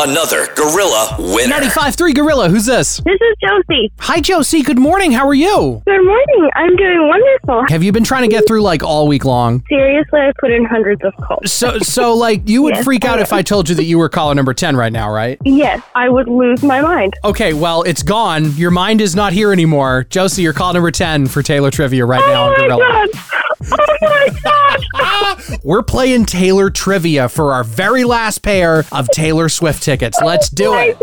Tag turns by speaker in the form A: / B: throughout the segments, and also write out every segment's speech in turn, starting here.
A: another Gorilla winner.
B: 95.3 Gorilla, who's this?
C: This is Josie.
B: Hi, Josie. Good morning. How are you?
C: Good morning. I'm doing wonderful.
B: Have you been trying to get through like all week long?
C: Seriously, I put in hundreds of calls.
B: So, so like you would
C: Yes,
B: freak out
C: I
B: if I told you that you were caller number 10 right now, right?
C: Yes, I would lose my mind.
B: Okay, well, it's gone. Your mind is not here anymore. Josie, you're call number 10 for Taylor Trivia right now
C: Oh
B: on
C: my
B: Gorilla.
C: god! Oh my god!
B: We're playing Taylor Trivia for our very last pair of Taylor Swift tickets. Let's do
C: Oh my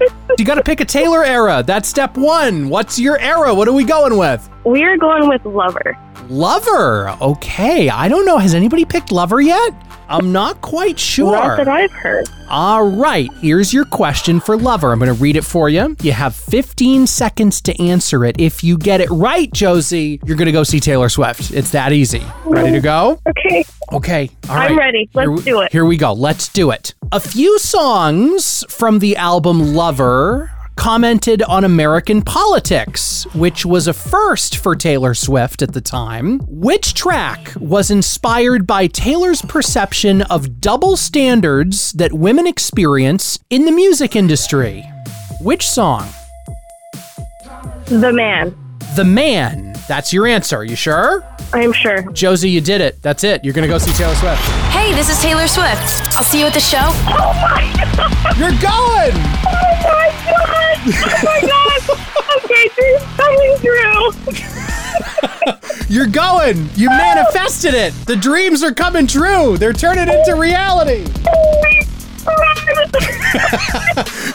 B: it. You got to pick a Taylor era. That's step one. What's your era? What are we going with?
C: we are going with Lover.
B: Lover. Okay. I don't know. Has anybody picked Lover yet? I'm not quite
C: Not that
B: sure.
C: I've heard.
B: All right. Here's your question for Lover. I'm going to read it for you. You have 15 seconds to answer it. If you get it right, Josie, you're going to go see Taylor Swift. It's that easy. Ready to go?
C: Okay,
B: Okay. All right.
C: I'm ready. Let's
B: Here we-
C: do it.
B: Here we go. Let's do it. A few songs from the album Lover commented on American politics, which was a first for Taylor Swift at the time. Which track was inspired by Taylor's perception of double standards that women experience in the music industry? Which song?
C: The man.
B: The Man. That's your answer. You sure?
C: I'm sure.
B: Josie, you did it. That's it. You're going to go see Taylor Swift.
D: Hey, this is Taylor Swift. I'll see you at the show.
C: Oh my god!
B: You're going.
C: Oh my god! Oh my god! okay, she's coming through.
B: You're going. You manifested it. The dreams are coming true. They're turning into reality.
C: Holy crap.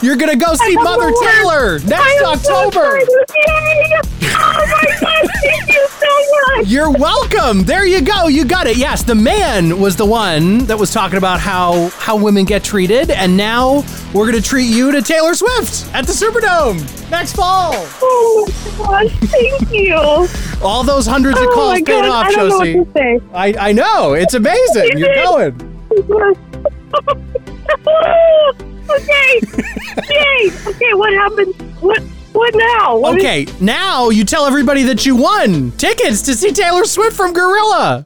B: You're going to go see
C: I'm
B: Mother
C: the worst.
B: Taylor next
C: I am so
B: October.
C: excited. Yay! Oh my god! Thank you so much.
B: You're welcome. There you go. You got it. Yes, the man was the one that was talking about how how women get treated and now we're going to treat you to Taylor Swift at the Superdome next fall.
C: Oh my god! Thank you.
B: All those hundreds of
C: Oh
B: calls
C: my
B: paid
C: god,
B: off,
C: I don't
B: Josie.
C: know what to say.
B: I I know. It's amazing.
C: You
B: You're
C: did.
B: going.
C: okay. Yay. Okay, what happened? What what now? What is-
B: Okay, now you tell everybody that you won tickets to see Taylor Swift from Gorilla.